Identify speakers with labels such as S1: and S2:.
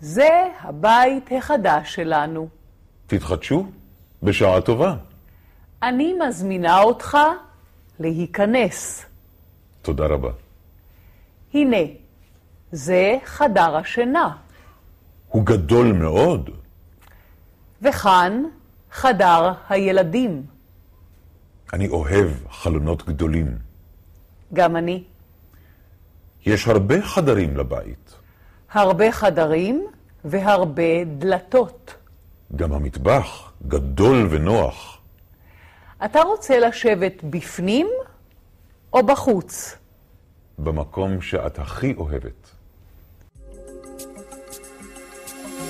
S1: זה הבית החדש שלנו.
S2: תתחדשו, בשעה טובה.
S1: אני מזמינה אותך להיכנס.
S2: תודה רבה.
S1: הנה, זה חדר השינה,
S2: הוא גדול מאוד.
S1: וכאן חדר הילדים.
S2: אני אוהב חלונות גדולים.
S1: גם אני.
S2: יש הרבה חדרים לבית.
S1: הרבה חדרים והרבה דלתות.
S2: גם המטבח גדול ונוח.
S1: אתה רוצה לשבת בפנים או בחוץ?
S2: במקום שאת הכי אוהבת.